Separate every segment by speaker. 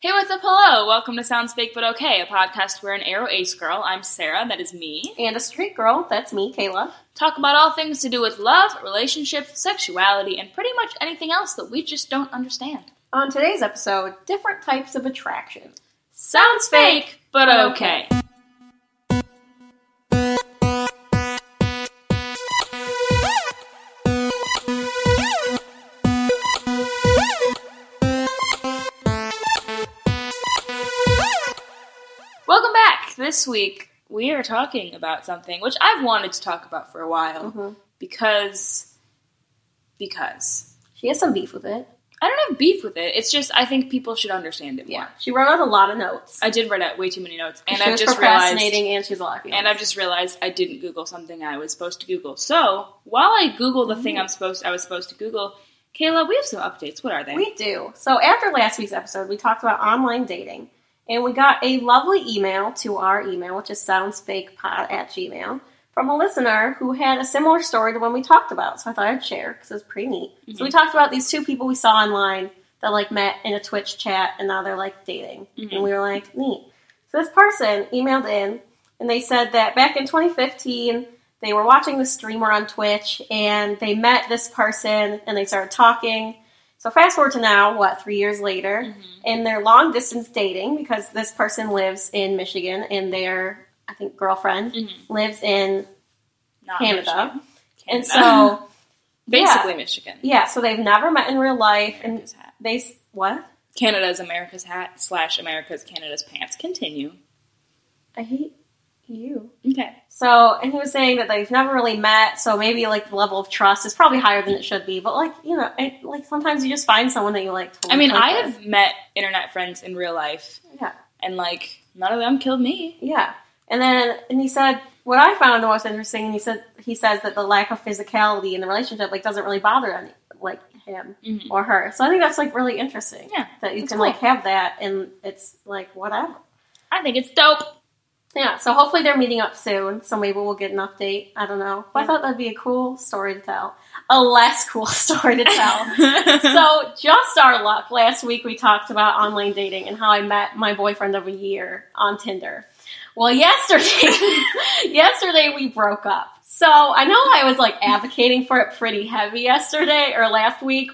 Speaker 1: Hey, what's up? Hello. Welcome to Sounds Fake But Okay, a podcast where an arrow ace girl, I'm Sarah, that is me,
Speaker 2: And a street girl, that's me, Kayla.
Speaker 1: talk about all things to do with love, relationships, sexuality, and pretty much anything else that we just don't understand.
Speaker 2: On today's episode, different types of attraction.
Speaker 1: Sounds fake, but okay. Welcome back. This week we are talking about something which I've wanted to talk about for a while because because
Speaker 2: She has some beef with it.
Speaker 1: I don't have beef with it. It's just I think people should understand it more.
Speaker 2: Yeah. She wrote out a lot of notes.
Speaker 1: I did write out way too many notes, and
Speaker 2: she
Speaker 1: I've
Speaker 2: was
Speaker 1: just realized
Speaker 2: procrastinating and she's a lot of feelings.
Speaker 1: and I've just realized I didn't Google something I was supposed to Google. So while I Google the
Speaker 2: Mm-hmm.
Speaker 1: thing I'm supposed I was supposed to Google, Kayla, we have some updates. What are they?
Speaker 2: We do. So after last week's episode, we talked about online dating. And we got a lovely email to our email, which is soundsfakepod at gmail, from a listener who had a similar story to one we talked about. So I thought I'd share because it was pretty neat. So we talked about these two people we saw online that like met in a Twitch chat and now they're like dating. And we were like, neat. So this person emailed in and they said that back in 2015, they were watching the streamer on Twitch and they met this person and they started talking. So fast forward to now, what, three years later,
Speaker 1: Mm-hmm.
Speaker 2: and they're long distance dating because this person lives in Michigan and their, I think, girlfriend
Speaker 1: Mhm.
Speaker 2: lives in
Speaker 1: Not
Speaker 2: Canada.
Speaker 1: Michigan.
Speaker 2: And
Speaker 1: Canada.
Speaker 2: so,
Speaker 1: basically Michigan.
Speaker 2: yeah, so they've never met in real life and
Speaker 1: America's hat.
Speaker 2: they, s- what?
Speaker 1: Canada's America's hat slash America's Canada's pants. Continue.
Speaker 2: I hate you.
Speaker 1: Okay.
Speaker 2: So, and he was saying that they've never really met, so maybe like the level of trust is probably higher than it should be. But like, you know, I, like sometimes you just find someone that you like. Totally
Speaker 1: I mean,
Speaker 2: click
Speaker 1: I
Speaker 2: with.
Speaker 1: have met internet friends in real life,
Speaker 2: yeah,
Speaker 1: and like none of them killed me.
Speaker 2: yeah. And then, and he said what I found the most interesting. And he said he says that the lack of physicality in the relationship like doesn't really bother any like him
Speaker 1: Mhm.
Speaker 2: or her. So I think that's like really interesting.
Speaker 1: Yeah,
Speaker 2: that you
Speaker 1: that's
Speaker 2: can
Speaker 1: cool.
Speaker 2: like have that, and it's like whatever.
Speaker 1: I think it's dope.
Speaker 2: Yeah, so hopefully they're meeting up soon, so maybe we'll get an update. I don't know. But I thought that'd be a cool story to tell. A less cool story to tell. so, just our luck, last week we talked about online dating and how I met my boyfriend of a year on Tinder. Well, yesterday, yesterday we broke up. So, I know I was like advocating for it pretty heavy yesterday or last week,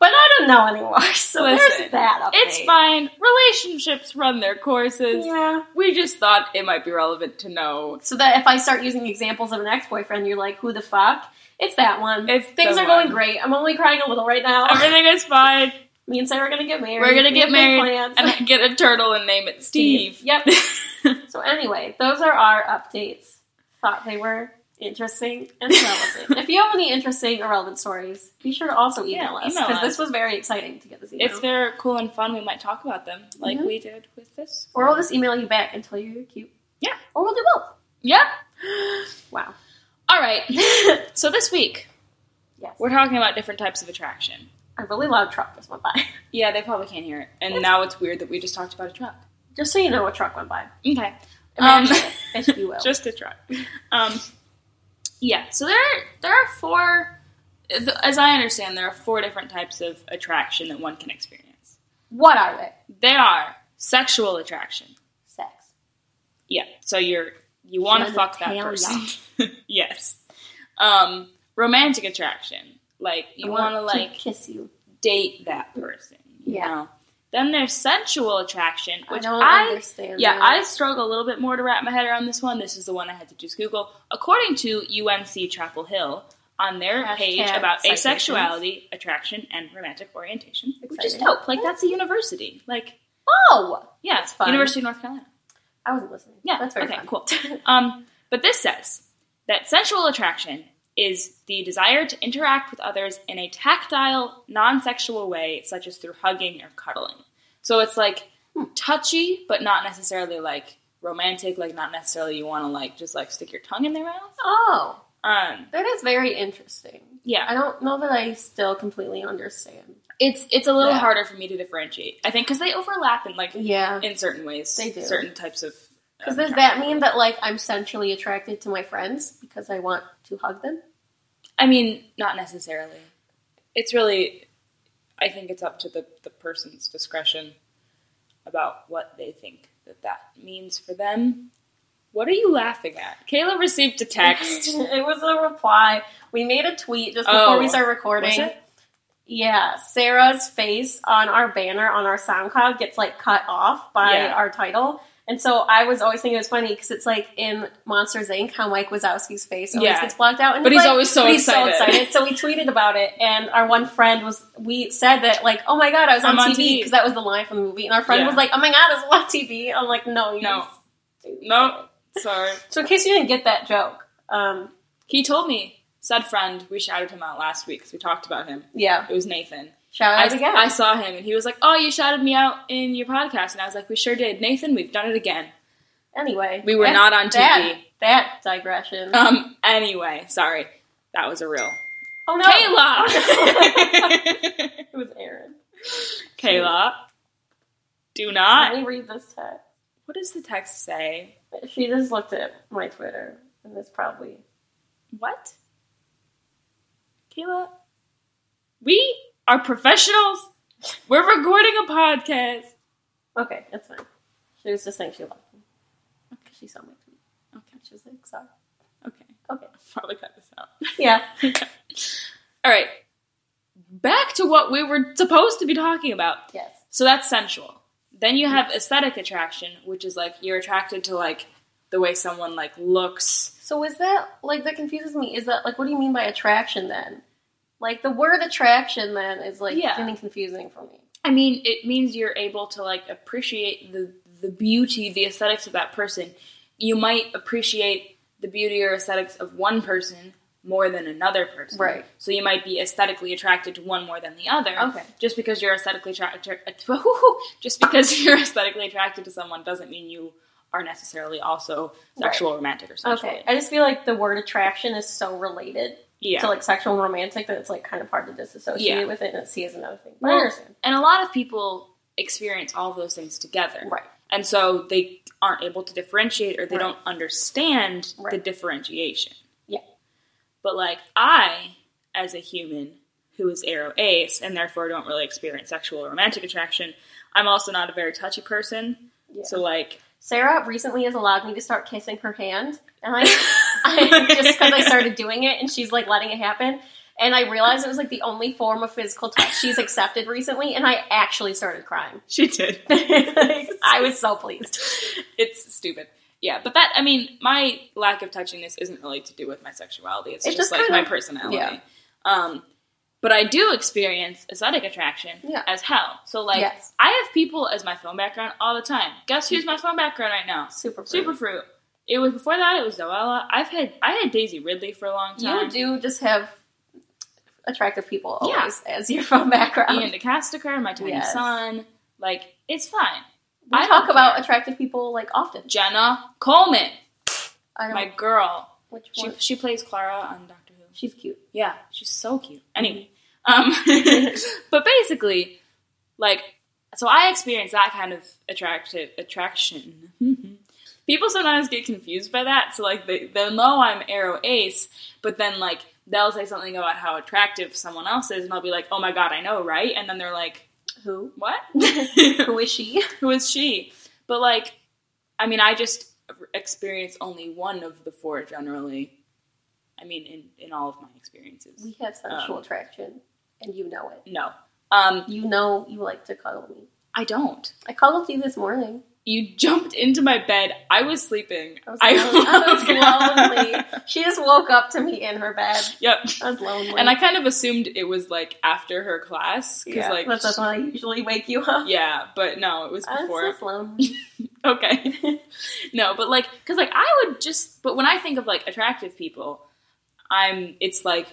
Speaker 2: but I don't know anymore. So,
Speaker 1: Listen,
Speaker 2: there's that update.
Speaker 1: it's fine. Relationships run their courses.
Speaker 2: Yeah.
Speaker 1: We just thought it might be relevant to know.
Speaker 2: So that if I start using examples of an ex-boyfriend, you're like, who the fuck? It's that one.
Speaker 1: It's
Speaker 2: Things
Speaker 1: the
Speaker 2: are
Speaker 1: one.
Speaker 2: going great. I'm only crying a little right now.
Speaker 1: Everything is fine.
Speaker 2: Me and Sarah are gonna get married.
Speaker 1: We're gonna
Speaker 2: We
Speaker 1: get
Speaker 2: have big
Speaker 1: married
Speaker 2: plans.
Speaker 1: and get a turtle and name it Steve.
Speaker 2: Yep. so anyway, those are our updates. Thought they were interesting and relevant. if you have any interesting or relevant stories, be sure to also email
Speaker 1: Yeah,
Speaker 2: us
Speaker 1: email
Speaker 2: because
Speaker 1: us.
Speaker 2: this was very exciting to get this email.
Speaker 1: If they're cool and fun, we might talk about them like
Speaker 2: Mhm.
Speaker 1: we did with this.
Speaker 2: or we'll just email you back and tell you you're cute.
Speaker 1: Yeah.
Speaker 2: Or we'll do both.
Speaker 1: Yep.
Speaker 2: Wow.
Speaker 1: All right. so this week
Speaker 2: Yes.
Speaker 1: we're talking about different types of attraction.
Speaker 2: A really loud truck just went by.
Speaker 1: Yeah, they probably can't hear it. And now it's weird that we just talked about a truck.
Speaker 2: Just so you know, a truck went by.
Speaker 1: Okay. Um,
Speaker 2: Imagine it, if you will.
Speaker 1: just a truck. Um, yeah. So there are there are four. As I understand, there are four different types of attraction that one can experience.
Speaker 2: What are they?
Speaker 1: They are sexual attraction.
Speaker 2: Sex.
Speaker 1: Yeah. So you're you want to fuck that
Speaker 2: Genitalia.
Speaker 1: person. yes. Um, romantic attraction. Like you want to like
Speaker 2: kiss you.
Speaker 1: date that person. You
Speaker 2: Yeah.
Speaker 1: Know? Then there's sensual attraction, which
Speaker 2: I don't
Speaker 1: I
Speaker 2: understand.
Speaker 1: yeah,
Speaker 2: that.
Speaker 1: I struggle a little bit more to wrap my head around this one. This is the one I had to just Google. According to UNC Chapel Hill, on their
Speaker 2: Hashtag
Speaker 1: page about
Speaker 2: citations.
Speaker 1: asexuality, attraction, and romantic orientation, which is
Speaker 2: Exciting.
Speaker 1: dope. Like that's a university. Like
Speaker 2: oh,
Speaker 1: yeah,
Speaker 2: That's fun.
Speaker 1: University of North Carolina.
Speaker 2: I wasn't listening.
Speaker 1: Yeah,
Speaker 2: that's very
Speaker 1: okay,
Speaker 2: fun.
Speaker 1: cool. Um, but this says that sensual attraction is the desire to interact with others in a tactile, non sexual way, such as through hugging or cuddling. So it's like
Speaker 2: Hmm.
Speaker 1: touchy, but not necessarily like romantic, like not necessarily you want to like just like stick your tongue in their mouth.
Speaker 2: oh,
Speaker 1: Um,
Speaker 2: that is very interesting.
Speaker 1: yeah,
Speaker 2: I don't know that I still completely understand.
Speaker 1: it's it's a little
Speaker 2: Yeah.
Speaker 1: harder for me to differentiate. I think because they overlap in like
Speaker 2: Yeah,
Speaker 1: in certain ways,
Speaker 2: They do.
Speaker 1: certain types of. uh,
Speaker 2: because
Speaker 1: of
Speaker 2: does that mean that like I'm sensually attracted to my friends because I want to hug them?
Speaker 1: I mean, not necessarily. It's really, I think it's up to the, the person's discretion. about what they think that that means for them. What are you laughing at? Kayla received a text.
Speaker 2: it was a reply. We made a tweet just before
Speaker 1: Oh.
Speaker 2: we started recording.
Speaker 1: Was it?
Speaker 2: Yeah, Sarah's face on our banner on our SoundCloud gets like cut off by
Speaker 1: Yeah.
Speaker 2: our title. And so I was always thinking it was funny because it's like in Monsters Inc. how Mike Wazowski's face always
Speaker 1: Yeah.
Speaker 2: gets blocked out, and
Speaker 1: But he's
Speaker 2: like-
Speaker 1: always so
Speaker 2: but so
Speaker 1: excited.
Speaker 2: excited. So we tweeted about it, and our one friend was we said that like, oh my god, I was
Speaker 1: I'm
Speaker 2: on,
Speaker 1: on
Speaker 2: TV
Speaker 1: TV.
Speaker 2: because that was the line from the movie, and our friend
Speaker 1: Yeah.
Speaker 2: was like, oh my god, I was on TV. I'm like, no, you
Speaker 1: No.
Speaker 2: stupid."
Speaker 1: No, sorry.
Speaker 2: So in case you didn't get that joke, um,
Speaker 1: He told me, said friend, we shouted him out last week because we talked about him.
Speaker 2: yeah,
Speaker 1: It was Nathan.
Speaker 2: shout
Speaker 1: I,
Speaker 2: out again.
Speaker 1: I saw him and he was like, Oh, you shouted me out in your podcast. And I was like, We sure did. Nathan, we've done it again.
Speaker 2: anyway,
Speaker 1: We were
Speaker 2: that-
Speaker 1: not on TV.
Speaker 2: That, that digression.
Speaker 1: Um, anyway, sorry. That was a real.
Speaker 2: oh no,
Speaker 1: Kayla!
Speaker 2: it was Aaron.
Speaker 1: Kayla, do
Speaker 2: Let
Speaker 1: not.
Speaker 2: me read this text.
Speaker 1: What does the text say?
Speaker 2: She just looked at my Twitter, and it's probably
Speaker 1: What? Kayla, we are professionals. We're recording a podcast.
Speaker 2: okay. It's fine. She was just saying she loved me. She saw my tweet.
Speaker 1: Okay,
Speaker 2: She was like, sorry.
Speaker 1: okay.
Speaker 2: Okay.
Speaker 1: Probably cut this out.
Speaker 2: Yeah.
Speaker 1: All right. Back to what we were supposed to be talking about.
Speaker 2: Yes.
Speaker 1: So that's sensual. Then you have aesthetic attraction, which is like you're attracted to like the way someone like looks.
Speaker 2: So is that like that confuses me? Is that like what do you mean by attraction then? Like the word attraction then is like
Speaker 1: Yeah.
Speaker 2: getting confusing for me.
Speaker 1: I mean, it means you're able to like appreciate the the beauty, the aesthetics of that person. You might appreciate the beauty or aesthetics of one person more than another person.
Speaker 2: Right.
Speaker 1: So you might be aesthetically attracted to one more than the other.
Speaker 2: Okay.
Speaker 1: Just because you're aesthetically attracted, just because you're aesthetically attracted to someone doesn't mean you are necessarily also sexual, romantic, or sensual.
Speaker 2: Okay. I just feel like the word attraction is so related
Speaker 1: Yeah.
Speaker 2: to like sexual and romantic that it's like kind of hard to disassociate
Speaker 1: Yeah.
Speaker 2: with it and see as another thing. But I
Speaker 1: Well,
Speaker 2: understand.
Speaker 1: and a lot of people experience all of those things together.
Speaker 2: Right.
Speaker 1: And so they aren't able to differentiate or they
Speaker 2: Right.
Speaker 1: don't understand the
Speaker 2: Right.
Speaker 1: differentiation.
Speaker 2: Yeah.
Speaker 1: But like I, as a human who is arrow ace and therefore don't really experience sexual or romantic attraction, I'm also not a very touchy person.
Speaker 2: Yeah.
Speaker 1: So like
Speaker 2: Sarah recently has allowed me to start kissing her hand, and I, I just because I started doing it, and she's like letting it happen, and I realized it was like the only form of physical touch she's accepted recently, and I actually started crying.
Speaker 1: she did.
Speaker 2: Like, I was so pleased.
Speaker 1: it's stupid. Yeah, but that I mean, my lack of touchiness isn't really to do with my sexuality. It's,
Speaker 2: It's
Speaker 1: just,
Speaker 2: just
Speaker 1: like
Speaker 2: kind
Speaker 1: my
Speaker 2: of-
Speaker 1: personality.
Speaker 2: yeah.
Speaker 1: Um, but I do experience aesthetic attraction
Speaker 2: Yeah.
Speaker 1: as hell. So like,
Speaker 2: Yes.
Speaker 1: I have people as my phone background all the time. Guess who's my phone background right now?
Speaker 2: Super, super.
Speaker 1: Superfruit. It was before that. It was Zoella. I've had I had Daisy Ridley for a long
Speaker 2: You
Speaker 1: time.
Speaker 2: do just have attractive people
Speaker 1: Yeah.
Speaker 2: always as your phone background.
Speaker 1: Ian DeCastaker, my tiny
Speaker 2: Yes.
Speaker 1: son. Like it's fine.
Speaker 2: we
Speaker 1: I
Speaker 2: talk
Speaker 1: don't
Speaker 2: about
Speaker 1: care.
Speaker 2: attractive people like often.
Speaker 1: Jenna Coleman,
Speaker 2: I don't.
Speaker 1: my girl.
Speaker 2: which
Speaker 1: She
Speaker 2: one?
Speaker 1: she plays Clara on Doctor Who.
Speaker 2: She's cute.
Speaker 1: Yeah, she's so cute. Anyway, um, but basically, like, so I experience that kind of attractive attraction. People sometimes get confused by that, so like they they'll know I'm arrow ace, but then like they'll say something about how attractive someone else is, and I'll be like, oh my god, I know, right? And then they're like,
Speaker 2: Who?
Speaker 1: what?
Speaker 2: Who is she?
Speaker 1: Who is she? But like, I mean, I just experience only one of the four generally. I mean, in in all of my experiences,
Speaker 2: We have sexual
Speaker 1: Um,
Speaker 2: attraction, and you know it.
Speaker 1: No. Um,
Speaker 2: You know you like to cuddle me.
Speaker 1: I don't.
Speaker 2: I cuddled you this morning.
Speaker 1: You jumped into my bed. I was sleeping.
Speaker 2: I was, lonely. I was lonely. She just woke up to me in her bed.
Speaker 1: Yep.
Speaker 2: I was lonely.
Speaker 1: And I kind of assumed it was like after her class, because
Speaker 2: yeah,
Speaker 1: like,
Speaker 2: that's that's when I usually wake you up.
Speaker 1: yeah, but no, it was
Speaker 2: I
Speaker 1: before.
Speaker 2: was just lonely.
Speaker 1: okay, no, but like, because like I would just, but when I think of like attractive people, I'm. It's like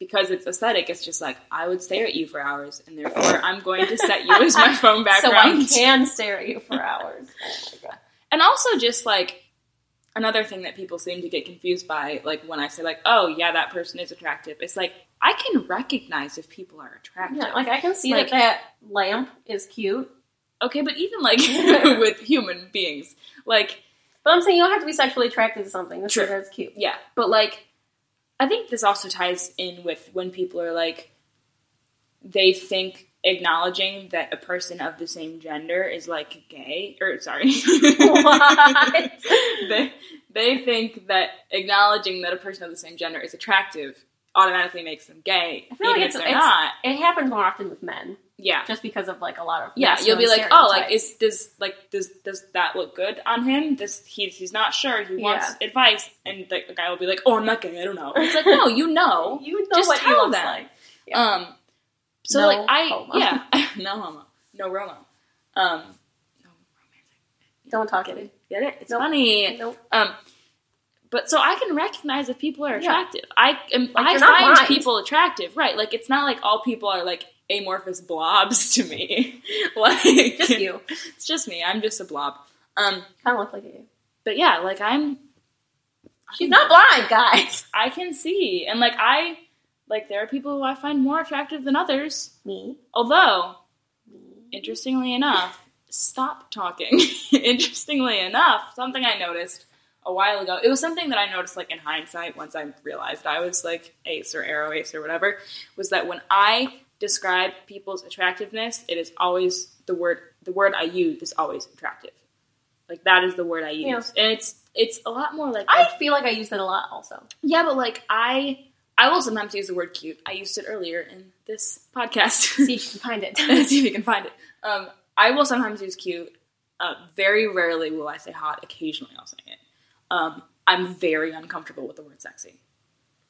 Speaker 1: because it's aesthetic. It's just like I would stare at you for hours, and therefore I'm going to set you as my phone
Speaker 2: so I
Speaker 1: background.
Speaker 2: can stare at you for hours. Oh my god.
Speaker 1: And also just like another thing that people seem to get confused by, like when I say like, oh yeah, that person is attractive, it's like I can recognize if people are attractive.
Speaker 2: Yeah, like I can see
Speaker 1: Like-
Speaker 2: that that lamp is cute,
Speaker 1: okay, but even like with human beings, like
Speaker 2: but I'm saying you don't have to be sexually attracted to something. This
Speaker 1: True.
Speaker 2: is that's cute.
Speaker 1: yeah, but like I think this also ties in with when people are like they think acknowledging that a person of the same gender is like gay or sorry
Speaker 2: What?
Speaker 1: they, they think that acknowledging that a person of the same gender is attractive automatically makes them gay
Speaker 2: I feel like
Speaker 1: even
Speaker 2: it's-
Speaker 1: if they're
Speaker 2: it's-
Speaker 1: not
Speaker 2: It happens more often with men,
Speaker 1: yeah
Speaker 2: just because of like a lot of
Speaker 1: yeah you'll be like
Speaker 2: masculine
Speaker 1: oh like
Speaker 2: stereotypes.
Speaker 1: is does like does does that look good on him this he, he's not sure he wants advice and the, the guy will be like oh i'm not gay i don't know it's like no you know
Speaker 2: you know
Speaker 1: just
Speaker 2: what he
Speaker 1: tell
Speaker 2: looks
Speaker 1: them.
Speaker 2: like. Yeah.
Speaker 1: um so
Speaker 2: No
Speaker 1: like i
Speaker 2: homo.
Speaker 1: yeah no homo no romo um no romantic
Speaker 2: Don't talk
Speaker 1: get
Speaker 2: to me.
Speaker 1: it get it it's
Speaker 2: Nope.
Speaker 1: funny
Speaker 2: Nope.
Speaker 1: um, but so I can recognize if people are
Speaker 2: Yeah.
Speaker 1: attractive. I am,
Speaker 2: Like,
Speaker 1: I
Speaker 2: you're not
Speaker 1: find
Speaker 2: blind.
Speaker 1: people attractive, right? Like it's not like all people are like amorphous blobs to me. like
Speaker 2: Just you.
Speaker 1: it's just me. I'm just a blob. Um,
Speaker 2: Kind of look like you.
Speaker 1: but yeah, like I'm.
Speaker 2: She's not blind, guys.
Speaker 1: I can see, and like I, like there are people who I find more attractive than others.
Speaker 2: Me.
Speaker 1: Although, interestingly enough, stop talking. interestingly enough, something I noticed a while ago. It was something that I noticed like in hindsight once I realized I was like ace or arrow ace or whatever, was that when I describe people's attractiveness, it is always the word the word I use is always attractive. Like that is the word I use.
Speaker 2: Yeah.
Speaker 1: And it's it's a lot more like
Speaker 2: I feel like I use it a lot also.
Speaker 1: yeah, but like I I will sometimes use the word cute. I used it earlier in this podcast.
Speaker 2: See if you can find it.
Speaker 1: see if you can find it. Um, I will sometimes use cute. Uh, very rarely will I say hot. Occasionally I'll say it. Um, I'm very uncomfortable with the word sexy.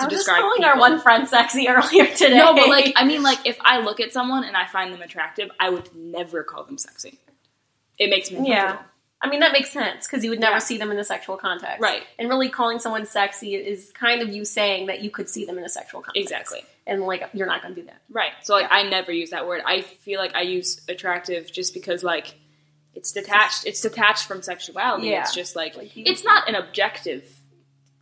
Speaker 2: I was just
Speaker 1: describe
Speaker 2: calling our
Speaker 1: people.
Speaker 2: one friend sexy earlier today.
Speaker 1: No, but like I mean, like if I look at someone and I find them attractive, I would never call them sexy. It makes me
Speaker 2: Yeah.
Speaker 1: uncomfortable.
Speaker 2: I mean, that makes sense because you would never
Speaker 1: Yeah.
Speaker 2: see them in a sexual context.
Speaker 1: Right.
Speaker 2: And really calling someone sexy is kind of you saying that you could see them in a sexual context.
Speaker 1: Exactly.
Speaker 2: And like, you're not going to do that.
Speaker 1: Right. So like I never use that word. I feel like I use attractive just because like it's detached. It's detached from sexuality.
Speaker 2: Yeah.
Speaker 1: It's just like,
Speaker 2: Like, you-
Speaker 1: it's not an objective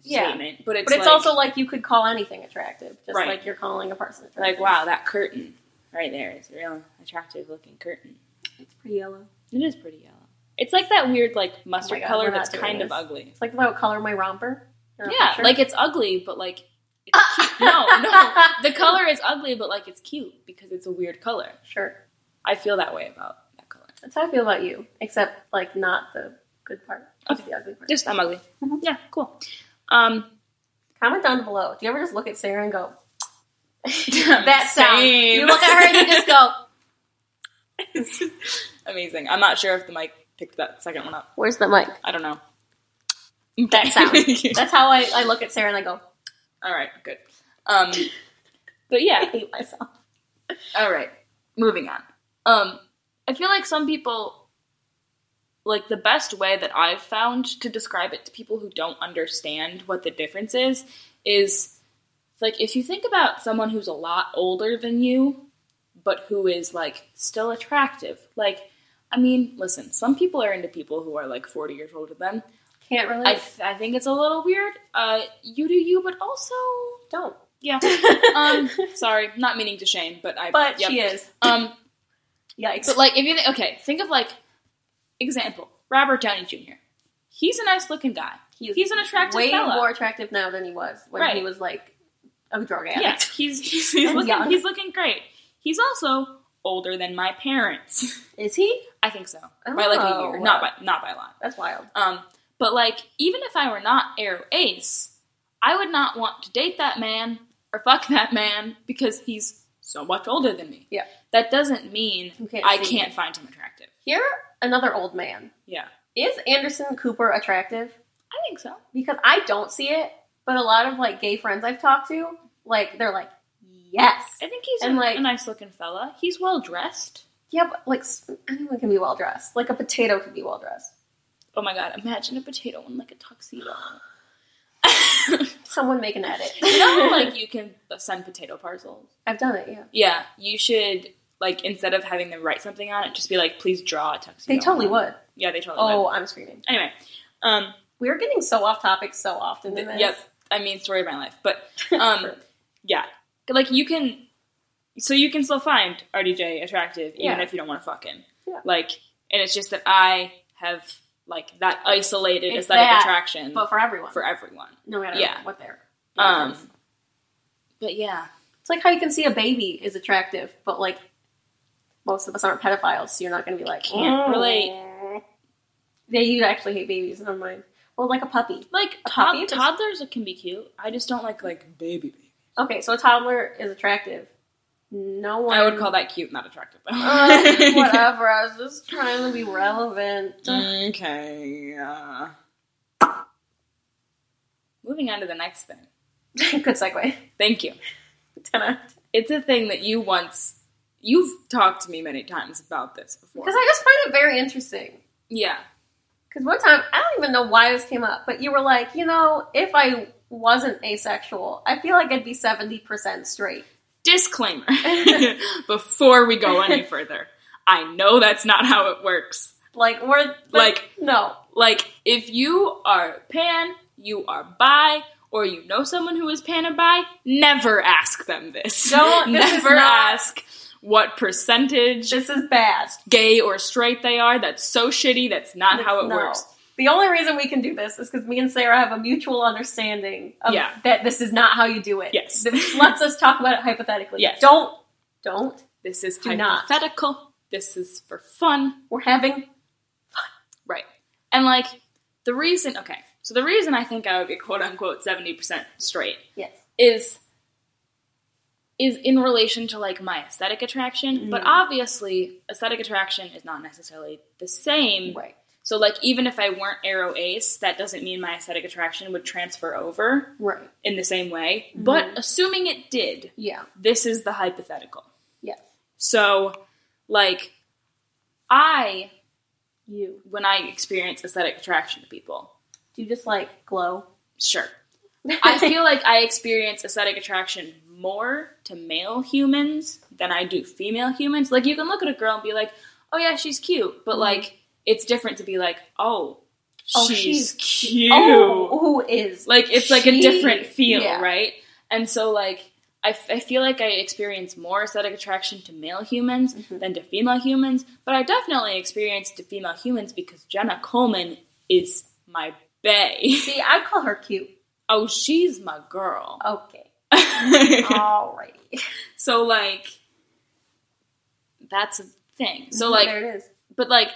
Speaker 2: Yeah.
Speaker 1: statement, but it's
Speaker 2: but it's
Speaker 1: like-
Speaker 2: also like you could call anything attractive, just
Speaker 1: Right.
Speaker 2: like you're calling a person attractive.
Speaker 1: Like, wow, that curtain right there is a real attractive looking curtain.
Speaker 2: It's pretty yellow.
Speaker 1: It is pretty yellow. It's like that weird like mustard
Speaker 2: Oh God,
Speaker 1: color
Speaker 2: we're not
Speaker 1: that's
Speaker 2: doing
Speaker 1: kind of
Speaker 2: this.
Speaker 1: ugly.
Speaker 2: It's like the color of my romper. Or
Speaker 1: Yeah,
Speaker 2: picture.
Speaker 1: like it's ugly, but like it's cute. no, no. The color is ugly, but like it's cute because it's a weird color.
Speaker 2: Sure.
Speaker 1: I feel that way about that color.
Speaker 2: That's how I feel about you, except like not the good part, just the ugly part.
Speaker 1: Just I'm ugly.
Speaker 2: Mhm.
Speaker 1: Yeah, cool. Mm-hmm. Um,
Speaker 2: Comment down below. Do you ever just look at Sarah and go,
Speaker 1: that
Speaker 2: "That sound"? You look at her and you just go,
Speaker 1: amazing. I'm not sure if the mic picked that second one up.
Speaker 2: "Where's the mic?"
Speaker 1: I don't know.
Speaker 2: That sound. That's how I, I look at Sarah and I go,
Speaker 1: All right, good. Um, but
Speaker 2: "I
Speaker 1: yeah,
Speaker 2: hate myself."
Speaker 1: all right. Moving on. Um, I feel like some people, like the best way that I've found to describe it to people who don't understand what the difference is, is like if you think about someone who's a lot older than you, but who is like still attractive. Like, I mean, listen, some people are into people who are like 40 years older than them.
Speaker 2: Can't really.
Speaker 1: I, I think it's a little weird. Uh, you do you, but also,
Speaker 2: don't.
Speaker 1: yeah. um, sorry, not meaning to shame, but I.
Speaker 2: but
Speaker 1: yep.
Speaker 2: she is.
Speaker 1: Um,
Speaker 2: Yikes.
Speaker 1: but like, if you think, okay, think of like example Robert Downey Jr. He's a nice looking guy.
Speaker 2: He is
Speaker 1: He's an attractive
Speaker 2: way
Speaker 1: fella.
Speaker 2: more attractive now than he was when
Speaker 1: Right.
Speaker 2: he was like a drug addict.
Speaker 1: yeah, he's he's, he's
Speaker 2: And young.
Speaker 1: looking he's looking great. He's also older than my parents.
Speaker 2: Is he?
Speaker 1: I think so by like a year,
Speaker 2: Oh.
Speaker 1: not by not by a lot.
Speaker 2: That's wild.
Speaker 1: Um, but like, even if I were not Arrow Ace, I would not want to date that man or fuck that man because he's so much older than me.
Speaker 2: Yeah.
Speaker 1: That doesn't mean
Speaker 2: You can't
Speaker 1: I
Speaker 2: see
Speaker 1: can't
Speaker 2: it.
Speaker 1: find him attractive.
Speaker 2: Here, another old man.
Speaker 1: Yeah.
Speaker 2: Is Anderson Cooper attractive?
Speaker 1: I think so.
Speaker 2: Because I don't see it, but a lot of like gay friends I've talked to, like they're like, yes.
Speaker 1: I think he's
Speaker 2: And,
Speaker 1: a,
Speaker 2: like-
Speaker 1: a nice looking fella. He's well dressed.
Speaker 2: Yeah, but like s- anyone can be well dressed. Like a potato can be well dressed.
Speaker 1: Oh my god, imagine a potato in like a tuxedo.
Speaker 2: Someone make an edit.
Speaker 1: you know, how, like you can send potato parcels.
Speaker 2: I've done it. Yeah,
Speaker 1: Yeah, you should like instead of having them write something on it, just be like, please draw a tuxedo.
Speaker 2: they totally would.
Speaker 1: Yeah, they totally would.
Speaker 2: Oh, I'm screaming.
Speaker 1: Anyway, um,
Speaker 2: We're getting so off topic so often. In this.
Speaker 1: Yep. I mean, story of my life. But um, yeah, like you can, so you can still find RDJ attractive even
Speaker 2: Yeah.
Speaker 1: if you don't want to fuck him.
Speaker 2: Yeah.
Speaker 1: Like, and it's just that I have like that isolated
Speaker 2: It's
Speaker 1: aesthetic
Speaker 2: that,
Speaker 1: attraction e-,
Speaker 2: but for everyone,
Speaker 1: for everyone.
Speaker 2: no matter
Speaker 1: Yeah.
Speaker 2: what they're.
Speaker 1: Um, but yeah,
Speaker 2: It's like how you can see a baby is attractive, but like most of us aren't pedophiles, so you're not going to be like,
Speaker 1: Can't
Speaker 2: "Mm."
Speaker 1: relate.
Speaker 2: Yeah, you actually hate babies, and I'm like, well, like a puppy.
Speaker 1: Like
Speaker 2: A
Speaker 1: tod-
Speaker 2: puppy is-
Speaker 1: toddlers can be cute. I just don't like like baby. baby.
Speaker 2: Okay, so a toddler is attractive. No one.
Speaker 1: I would call that cute, not attractive. though.
Speaker 2: Uh, whatever. I was just trying to be relevant.
Speaker 1: Mm. okay. uh. Moving on to the next thing.
Speaker 2: Good segue.
Speaker 1: Thank you.
Speaker 2: Ten out of ten.
Speaker 1: It's a thing that you once you've talked to me many times about this before.
Speaker 2: Because I just find it very interesting.
Speaker 1: yeah.
Speaker 2: Because one time, I don't even know why this came up, but you were like, you know, if I wasn't asexual, I feel like I'd be 70% straight.
Speaker 1: Disclaimer. Before we go any further, I know that's not how it works.
Speaker 2: Like, we're.
Speaker 1: Like-
Speaker 2: no.
Speaker 1: Like, if you are pan, you are bi, or you know someone who is pan and bi, never ask them this.
Speaker 2: Don't- this is
Speaker 1: never
Speaker 2: not-
Speaker 1: ask what percentage
Speaker 2: This is bad.
Speaker 1: gay or straight they are. That's so shitty. That's not how it
Speaker 2: No.
Speaker 1: works.
Speaker 2: The only reason we can do this is because me and Sarah have a mutual understanding of
Speaker 1: Yeah.
Speaker 2: that this is not how you do it.
Speaker 1: Yes.
Speaker 2: Which lets us talk about it hypothetically.
Speaker 1: Yes.
Speaker 2: Don't. Don't.
Speaker 1: This is
Speaker 2: Do not.
Speaker 1: hypothetical. This is for fun.
Speaker 2: We're having.
Speaker 1: Right. And like, the reason, okay, so the reason I think I would be quote unquote 70% straight
Speaker 2: Yes.
Speaker 1: is is in relation to like my aesthetic attraction but obviously aesthetic attraction is not necessarily the same
Speaker 2: Right.
Speaker 1: so like even if i weren't arrow ace that doesn't mean my aesthetic attraction would transfer over
Speaker 2: Right.
Speaker 1: in the same way but assuming it did
Speaker 2: Yeah.
Speaker 1: this is the hypothetical
Speaker 2: Yes.
Speaker 1: so like i
Speaker 2: You.
Speaker 1: when i experience aesthetic attraction to people
Speaker 2: Do you just like glow?
Speaker 1: sure I feel like I experience aesthetic attraction more to male humans than I do female humans. Like you can look at a girl and be like, "Oh yeah, she's cute," but like it's different to be like, "Oh,
Speaker 2: Mm-hmm. Oh,
Speaker 1: she's,
Speaker 2: she's
Speaker 1: cute."
Speaker 2: Oh, who is?
Speaker 1: Like it's like a
Speaker 2: she-
Speaker 1: different feel,
Speaker 2: yeah.
Speaker 1: right? And so like I, f- I feel like I experience more aesthetic attraction to male humans
Speaker 2: Mm-hmm.
Speaker 1: than to female humans, but I definitely experience to female humans because Jenna Coleman is my bae.
Speaker 2: See, I call her cute.
Speaker 1: oh, she's my girl.
Speaker 2: Okay. Alrighty.
Speaker 1: so like that's a thing.
Speaker 2: Mhm.
Speaker 1: So like
Speaker 2: there it is.
Speaker 1: but like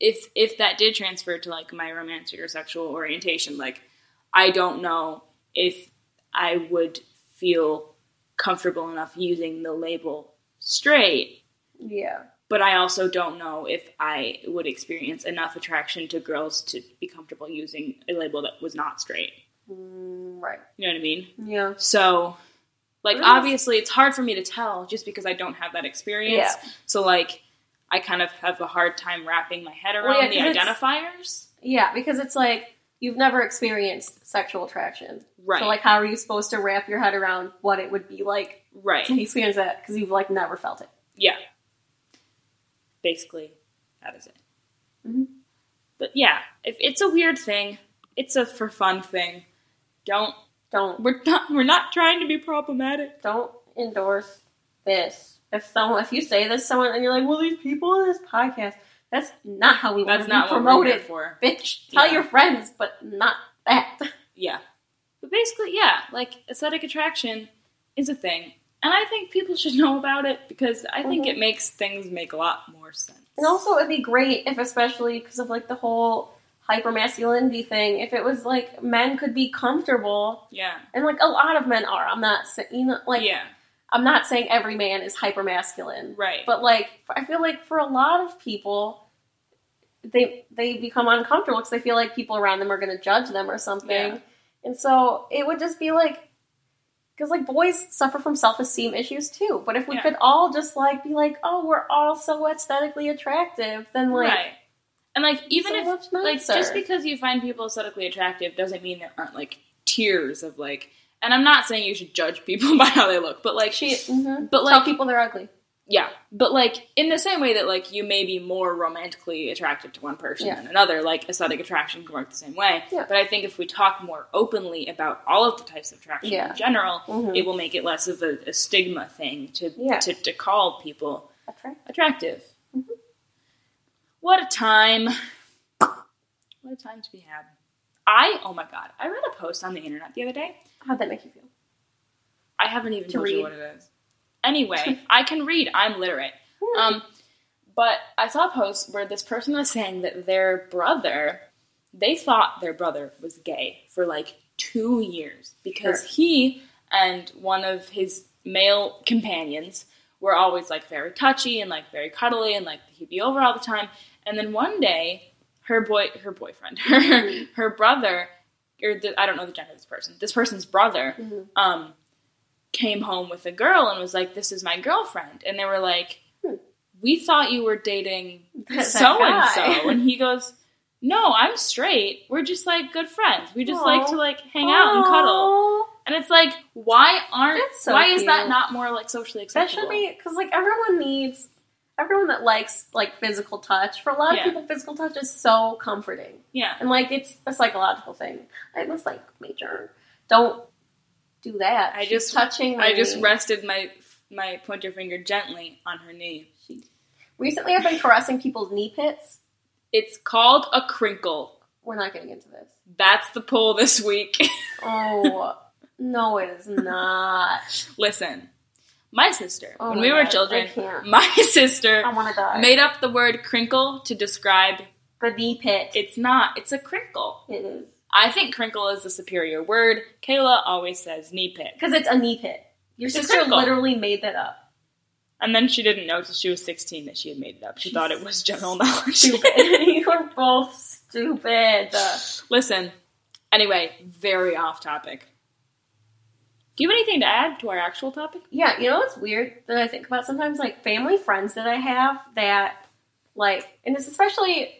Speaker 1: if if that did transfer to like my romantic or sexual orientation, like I don't know if I would feel comfortable enough using the label straight,
Speaker 2: Yeah.
Speaker 1: but I also don't know if I would experience enough attraction to girls to be comfortable using a label that was not straight.
Speaker 2: Mm, right.
Speaker 1: You know what I mean?
Speaker 2: Yeah.
Speaker 1: So, like,
Speaker 2: Really?
Speaker 1: obviously, it's hard for me to tell just because I don't have that experience. So, like, I kind of have a hard time wrapping my head
Speaker 2: Well, yeah,
Speaker 1: around
Speaker 2: 'cause
Speaker 1: the
Speaker 2: it's-
Speaker 1: identifiers.
Speaker 2: Yeah, because it's like you've never experienced sexual attraction.
Speaker 1: Right.
Speaker 2: So like, how are you supposed to wrap your head around what it would be like
Speaker 1: Right.
Speaker 2: to experience that? Because you've like never felt it.
Speaker 1: Yeah. Basically, that is it.
Speaker 2: Mhm.
Speaker 1: But yeah, if it's a weird thing. It's a for fun thing. Don't
Speaker 2: Don't
Speaker 1: we're not we're not trying to be problematic.
Speaker 2: don't endorse this. If someone, if you say this to someone and you're like, well, these people on this podcast, that's not how we want
Speaker 1: That's
Speaker 2: to be
Speaker 1: not what we're
Speaker 2: promoted.
Speaker 1: here for.
Speaker 2: Bitch, tell
Speaker 1: Yeah.
Speaker 2: your friends, but not that.
Speaker 1: Yeah. But basically, yeah, like aesthetic attraction is a thing. And I think people should know about it because I think
Speaker 2: Mhm.
Speaker 1: it makes things make a lot more sense.
Speaker 2: And also, it'd be great if, especially because of like the whole hyper masculinity thing, if it was like men could be comfortable,
Speaker 1: yeah.
Speaker 2: and like a lot of men are. I'm not saying, you know, like
Speaker 1: yeah.
Speaker 2: I'm not saying every man is hyper masculine,
Speaker 1: Right.
Speaker 2: but like I feel like for a lot of people, they they become uncomfortable because they feel like people around them are going to judge them or something,
Speaker 1: Yeah.
Speaker 2: and so it would just be like. Because like boys suffer from self esteem issues too, but if we
Speaker 1: Yeah.
Speaker 2: could all just like be like, oh, we're all so aesthetically attractive, then like
Speaker 1: right. And like even
Speaker 2: so
Speaker 1: if
Speaker 2: much
Speaker 1: like
Speaker 2: nicer.
Speaker 1: just because you find people aesthetically attractive doesn't mean there aren't like tiers of like and I'm not saying you should judge people by how they look, but like
Speaker 2: she mhm.
Speaker 1: but
Speaker 2: tell
Speaker 1: like
Speaker 2: people they're ugly.
Speaker 1: Yeah, but like in the same way that like you may be more romantically attracted to one person
Speaker 2: Yeah.
Speaker 1: than another, like aesthetic attraction can work the same way.
Speaker 2: Yeah.
Speaker 1: But I think if we talk more openly about all of the types of attraction
Speaker 2: Yeah.
Speaker 1: in general,
Speaker 2: Mhm.
Speaker 1: it will make it less of a, a stigma thing to,
Speaker 2: Yeah. Mm-hmm.
Speaker 1: to to call people
Speaker 2: Attractive.
Speaker 1: attractive. What a time! What a time to be had. I oh my god! I read a post on the internet the other day
Speaker 2: How'd that make you feel?
Speaker 1: I haven't even
Speaker 2: To
Speaker 1: told you
Speaker 2: read.
Speaker 1: what it is. Anyway, I can read. I'm literate. Um, but I saw a post where this person was saying that their brother, they thought their brother was gay for like two years because
Speaker 2: Sure.
Speaker 1: he and one of his male companions were always like very touchy and like very cuddly and like he'd be over all the time. And then one day, her boy, her boyfriend, her
Speaker 2: Mm-hmm.
Speaker 1: her brother, or the, I don't know the gender of this person, this person's brother,
Speaker 2: Mhm.
Speaker 1: um, came home with a girl and was like, "This is my girlfriend," and they were like,
Speaker 2: Hmm.
Speaker 1: "We thought you were dating
Speaker 2: That
Speaker 1: so and
Speaker 2: guy.
Speaker 1: so," and he goes. No, I'm straight. We're just like good friends. We just like
Speaker 2: Aw.
Speaker 1: to like hang out and cuddle. And it's like, why aren't
Speaker 2: That's so
Speaker 1: why is that
Speaker 2: cute.
Speaker 1: not more like socially
Speaker 2: That
Speaker 1: acceptable?
Speaker 2: should be because like everyone needs everyone that likes like physical touch. For a lot of
Speaker 1: Yeah.
Speaker 2: people, physical touch is so comforting,
Speaker 1: yeah.
Speaker 2: and like it's a psychological thing. I was like, major, don't do that.
Speaker 1: I
Speaker 2: She's
Speaker 1: just-
Speaker 2: touching. My
Speaker 1: I just
Speaker 2: knee.
Speaker 1: rested my my pointer finger gently on her knee.
Speaker 2: recently. I've been caressing people's knee pits.
Speaker 1: It's called a crinkle.
Speaker 2: We're not getting into this.
Speaker 1: That's the poll this week.
Speaker 2: Oh no, it is not.
Speaker 1: Listen, my sister,
Speaker 2: Oh
Speaker 1: when
Speaker 2: my
Speaker 1: we were
Speaker 2: God,
Speaker 1: children,
Speaker 2: I can't.
Speaker 1: my sister
Speaker 2: I want to die.
Speaker 1: made up the word crinkle to describe
Speaker 2: the knee pit.
Speaker 1: it's not, it's a crinkle.
Speaker 2: it is
Speaker 1: I think crinkle is the superior word. Kayla always says knee pit.
Speaker 2: because it's a knee pit. Your
Speaker 1: It's a
Speaker 2: sister
Speaker 1: crinkle.
Speaker 2: literally made that up.
Speaker 1: And then she didn't know till she was 16 that she had made it up. She
Speaker 2: She's
Speaker 1: thought it was general knowledge.
Speaker 2: Stupid. you are both stupid.
Speaker 1: Listen, anyway, very off topic. Do you have anything to add to our actual topic?
Speaker 2: Yeah, you know what's weird that I think about sometimes? Like family friends that I have that, like, and it's especially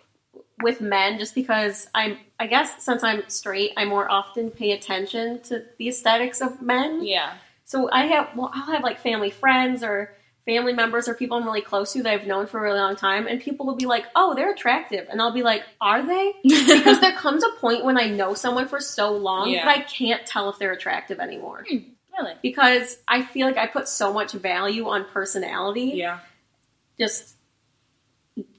Speaker 2: with men, just because I'm, I guess, since I'm straight, I more often pay attention to the aesthetics of men.
Speaker 1: Yeah.
Speaker 2: So I have, well, I'll have like family friends or family members or people I'm really close to that I've known for a really long time, and people will be like, oh, they're attractive. And I'll be like, are they? because there comes a point when I know someone for so long
Speaker 1: Yeah.
Speaker 2: that I can't tell if they're attractive anymore.
Speaker 1: really?
Speaker 2: Because I feel like I put so much value on personality
Speaker 1: Yeah.
Speaker 2: just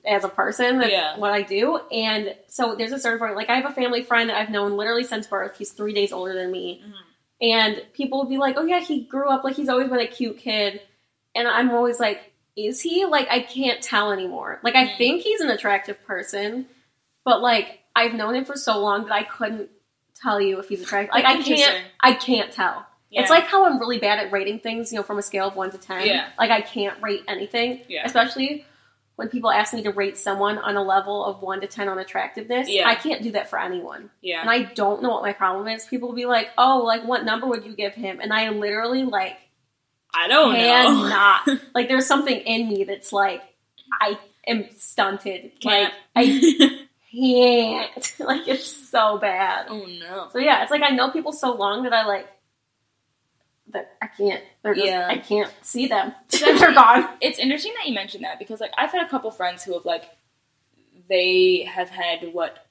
Speaker 2: as a person. That's
Speaker 1: Yeah.
Speaker 2: what I do. And so there's a certain point, like I have a family friend that I've known literally since birth. He's three days older than me.
Speaker 1: Mhm.
Speaker 2: And people will be like, oh yeah, he grew up, like he's always been a cute kid. And I'm always like, is he? Like I can't tell anymore. Like I
Speaker 1: Mm.
Speaker 2: think he's an attractive person, but like I've known him for so long that I couldn't tell you if he's attractive. Like I can't
Speaker 1: Interesting.
Speaker 2: I can't tell.
Speaker 1: Yeah.
Speaker 2: It's like how I'm really bad at rating things, you know, from a scale of one to ten.
Speaker 1: Yeah.
Speaker 2: Like I can't rate anything.
Speaker 1: Yeah.
Speaker 2: Especially when people ask me to rate someone on a level of one to ten on attractiveness.
Speaker 1: Yeah.
Speaker 2: I can't do that for anyone. And
Speaker 1: Yeah.
Speaker 2: I don't know what my problem is. People will be like, Oh, like what number would you give him? And I literally like
Speaker 1: I don't know.
Speaker 2: cannot like there's something in me that's like I am stunted.
Speaker 1: Can't.
Speaker 2: Like I can't. like it's so bad.
Speaker 1: oh no.
Speaker 2: So yeah, it's like I know people so long that I like that I can't. They're just,
Speaker 1: Yeah.
Speaker 2: I can't see them.
Speaker 1: It's
Speaker 2: they're
Speaker 1: actually-
Speaker 2: gone.
Speaker 1: It's interesting that you mentioned that because like I've had a couple friends who have like they have had what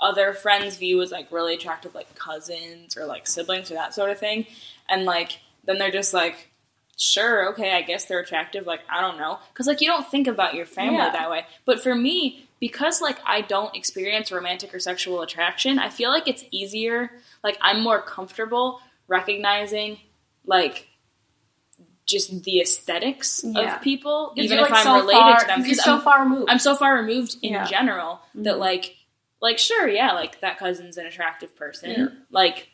Speaker 1: other friends view as like really attractive like cousins or like siblings or that sort of thing. And like then they're just like sure, okay, I guess they're attractive like I don't know cuz like you don't think about your family
Speaker 2: Yeah.
Speaker 1: that way. But for me, because like I don't experience romantic or sexual attraction, I feel like it's easier like I'm more comfortable recognizing like just the aesthetics
Speaker 2: Yeah.
Speaker 1: of people,
Speaker 2: 'Cause
Speaker 1: even
Speaker 2: you're,
Speaker 1: if
Speaker 2: like,
Speaker 1: I'm
Speaker 2: so
Speaker 1: related
Speaker 2: far-
Speaker 1: to them.
Speaker 2: You're
Speaker 1: Because
Speaker 2: so
Speaker 1: I'm,
Speaker 2: far removed.
Speaker 1: I'm so far removed in
Speaker 2: Yeah.
Speaker 1: general that
Speaker 2: Mhm.
Speaker 1: like, like sure, yeah, like that cousin's an attractive person.
Speaker 2: Yeah.
Speaker 1: Like,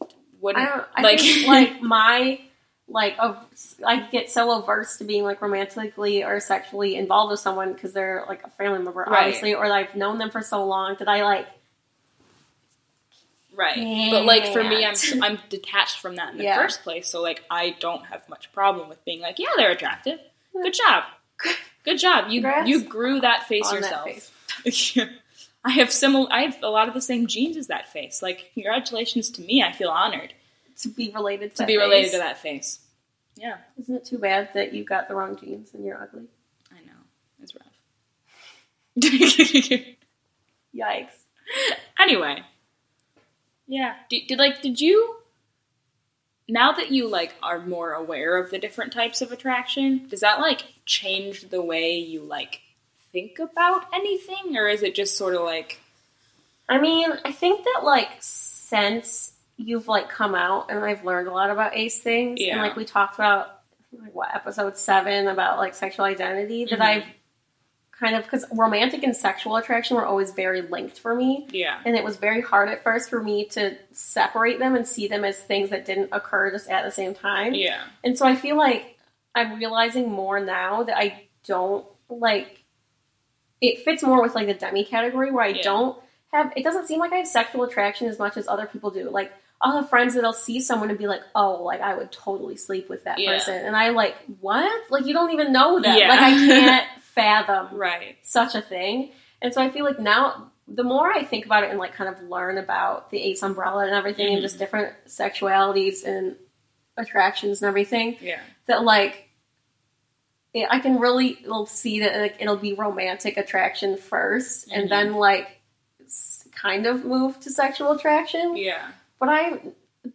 Speaker 2: I
Speaker 1: wouldn't
Speaker 2: don't. I
Speaker 1: like-
Speaker 2: think, like my like of I get so averse to being like romantically or sexually involved with someone because they're like a family member,
Speaker 1: Right.
Speaker 2: obviously, or that I've known them for so long that I like.
Speaker 1: right? But like for me, I'm
Speaker 2: Can't.
Speaker 1: I'm detached from that in the
Speaker 2: Yeah.
Speaker 1: first place. So like, I don't have much problem with being like, yeah, they're attractive. Good job, good job. You
Speaker 2: Hmm. Congrats
Speaker 1: you grew that face
Speaker 2: on that
Speaker 1: yourself.
Speaker 2: face.
Speaker 1: I have similar. I have a lot of the same genes as that face. Like, congratulations to me. I feel honored
Speaker 2: To be related to
Speaker 1: to
Speaker 2: that
Speaker 1: be related
Speaker 2: face.
Speaker 1: to that face. Yeah,
Speaker 2: Isn't it too bad that you got the wrong genes and you're ugly?
Speaker 1: I know it's rough.
Speaker 2: Yikes.
Speaker 1: anyway, yeah. Did, did like did you? Now that you like are more aware of the different types of attraction, does that like change the way you like think about anything, or is it just sort of like
Speaker 2: I mean, I think that like since you've like come out and I've learned a lot about ace things.
Speaker 1: Yeah.
Speaker 2: And like we talked about like what episode seven about like sexual identity that
Speaker 1: Mhm.
Speaker 2: I've kind of because romantic and sexual attraction were always very linked for me.
Speaker 1: Yeah.
Speaker 2: And it was very hard at first for me to separate them and see them as things that didn't occur just at the same time.
Speaker 1: Yeah.
Speaker 2: And so I feel like I'm realizing more now that I don't like it fits more with like the demi category where I
Speaker 1: Yeah.
Speaker 2: don't have it doesn't seem like I have sexual attraction as much as other people do. Like I'll have friends that'll see someone and be like, "Oh, like I would totally sleep with that
Speaker 1: Yeah.
Speaker 2: person," and I like, "What? Like you don't even know that?
Speaker 1: Yeah.
Speaker 2: Like I can't fathom
Speaker 1: Right.
Speaker 2: such a thing. And so I feel like now the more I think about it and like kind of learn about the ace umbrella and everything and just different sexualities and attractions and everything
Speaker 1: Yeah.
Speaker 2: that like it, I can really it'll see that like it'll be romantic attraction 1st
Speaker 1: Mhm.
Speaker 2: and then like s- kind of move to sexual attraction.
Speaker 1: Yeah.
Speaker 2: But I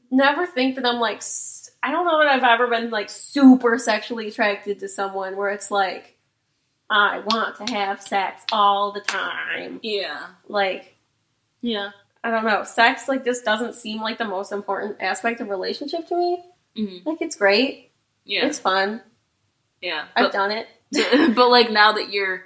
Speaker 2: never think that I'm like s- I don't know that I've ever been like super sexually attracted to someone where it's like I want to have sex all the time.
Speaker 1: Yeah.
Speaker 2: Like
Speaker 1: Yeah.
Speaker 2: I don't know, sex like just doesn't seem like the most important aspect of relationship to me.
Speaker 1: hmm
Speaker 2: Like it's great,
Speaker 1: Yeah.
Speaker 2: it's fun.
Speaker 1: yeah.
Speaker 2: I've
Speaker 1: But,
Speaker 2: done it.
Speaker 1: but like now that you're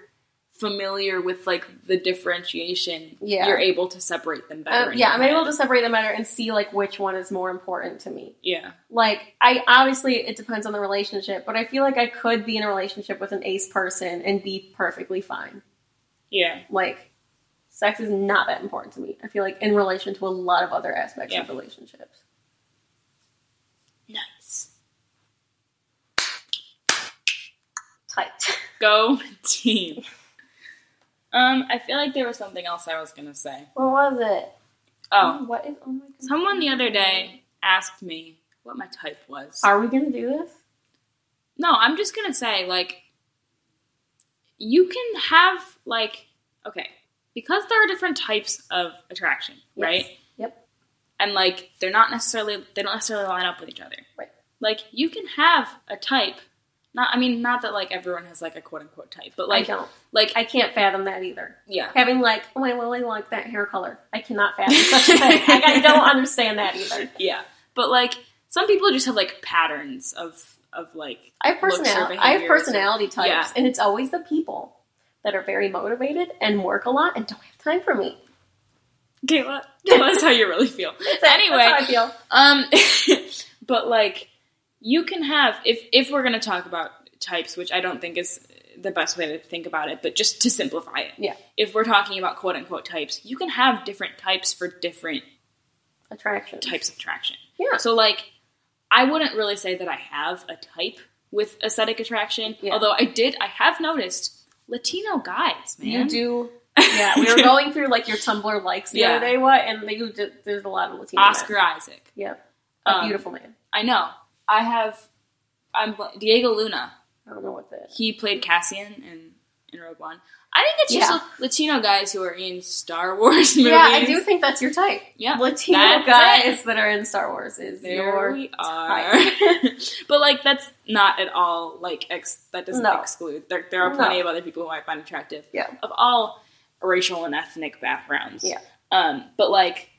Speaker 1: familiar with like the differentiation,
Speaker 2: Yeah.
Speaker 1: you're able to separate them better.
Speaker 2: Um,
Speaker 1: in
Speaker 2: yeah,
Speaker 1: your
Speaker 2: I'm able
Speaker 1: head.
Speaker 2: to separate them better and see like which one is more important to me.
Speaker 1: Yeah.
Speaker 2: Like I obviously it depends on the relationship, but I feel like I could be in a relationship with an ace person and be perfectly fine.
Speaker 1: Yeah.
Speaker 2: like sex is not that important to me. I feel like in relation to a lot of other aspects
Speaker 1: Yeah.
Speaker 2: of relationships.
Speaker 1: Nice.
Speaker 2: Tight.
Speaker 1: Go team. Um, I feel like there was something else I was gonna say.
Speaker 2: What was it?
Speaker 1: Oh,
Speaker 2: What is oh my god.
Speaker 1: someone the other day asked me what my type was.
Speaker 2: Are we gonna do this?
Speaker 1: No, I'm just gonna say like you can have like okay because there are different types of attraction,
Speaker 2: Yes.
Speaker 1: right?
Speaker 2: Yep.
Speaker 1: And like they're not necessarily they don't necessarily line up with each other.
Speaker 2: Right.
Speaker 1: Like you can have a type. Not I mean not that like everyone has like a quote unquote type, but like
Speaker 2: I don't.
Speaker 1: like
Speaker 2: I can't fathom that either.
Speaker 1: yeah.
Speaker 2: Having like, oh I really like that hair color. I cannot fathom such a thing. Like, I don't understand that either.
Speaker 1: Yeah. But like some people just have like patterns of of like
Speaker 2: I have
Speaker 1: Looks or
Speaker 2: personality I have
Speaker 1: behaviors or-
Speaker 2: personality types
Speaker 1: Yeah.
Speaker 2: and it's always the people that are very motivated and work a lot and don't have time for me.
Speaker 1: Kayla, tell us how you really feel. anyway,
Speaker 2: That's how I feel.
Speaker 1: Um, but like, you can have if if we're gonna talk about types, which I don't think is the best way to think about it, but just to simplify it,
Speaker 2: Yeah.
Speaker 1: If we're talking about quote unquote types, you can have different types for different
Speaker 2: Attraction.
Speaker 1: types of attraction.
Speaker 2: Yeah.
Speaker 1: So like, I wouldn't really say that I have a type with aesthetic attraction,
Speaker 2: Yeah.
Speaker 1: although I did. I have noticed Latino guys, man.
Speaker 2: You do Yeah, we were going through like your Tumblr likes the
Speaker 1: Yeah.
Speaker 2: other day, what? And you did, there's a lot of Latino. men.
Speaker 1: Oscar Isaac.
Speaker 2: Yep. A
Speaker 1: Um,
Speaker 2: beautiful man.
Speaker 1: I know. I have. I'm bl- Diego Luna.
Speaker 2: I don't know what that is.
Speaker 1: he played Cassian in, in Rogue One. I think it's just
Speaker 2: Yeah.
Speaker 1: Latino guys who are in Star Wars movies.
Speaker 2: Yeah, I do think that's your type.
Speaker 1: Yeah,
Speaker 2: Latino
Speaker 1: that's
Speaker 2: guys that are in Star Wars is
Speaker 1: There
Speaker 2: your.
Speaker 1: we are. but like, that's not at all like ex- that doesn't
Speaker 2: No.
Speaker 1: exclude. There, there are plenty
Speaker 2: No.
Speaker 1: of other people who I find attractive.
Speaker 2: Yeah.
Speaker 1: of all racial and ethnic backgrounds.
Speaker 2: Yeah.
Speaker 1: Um, but like,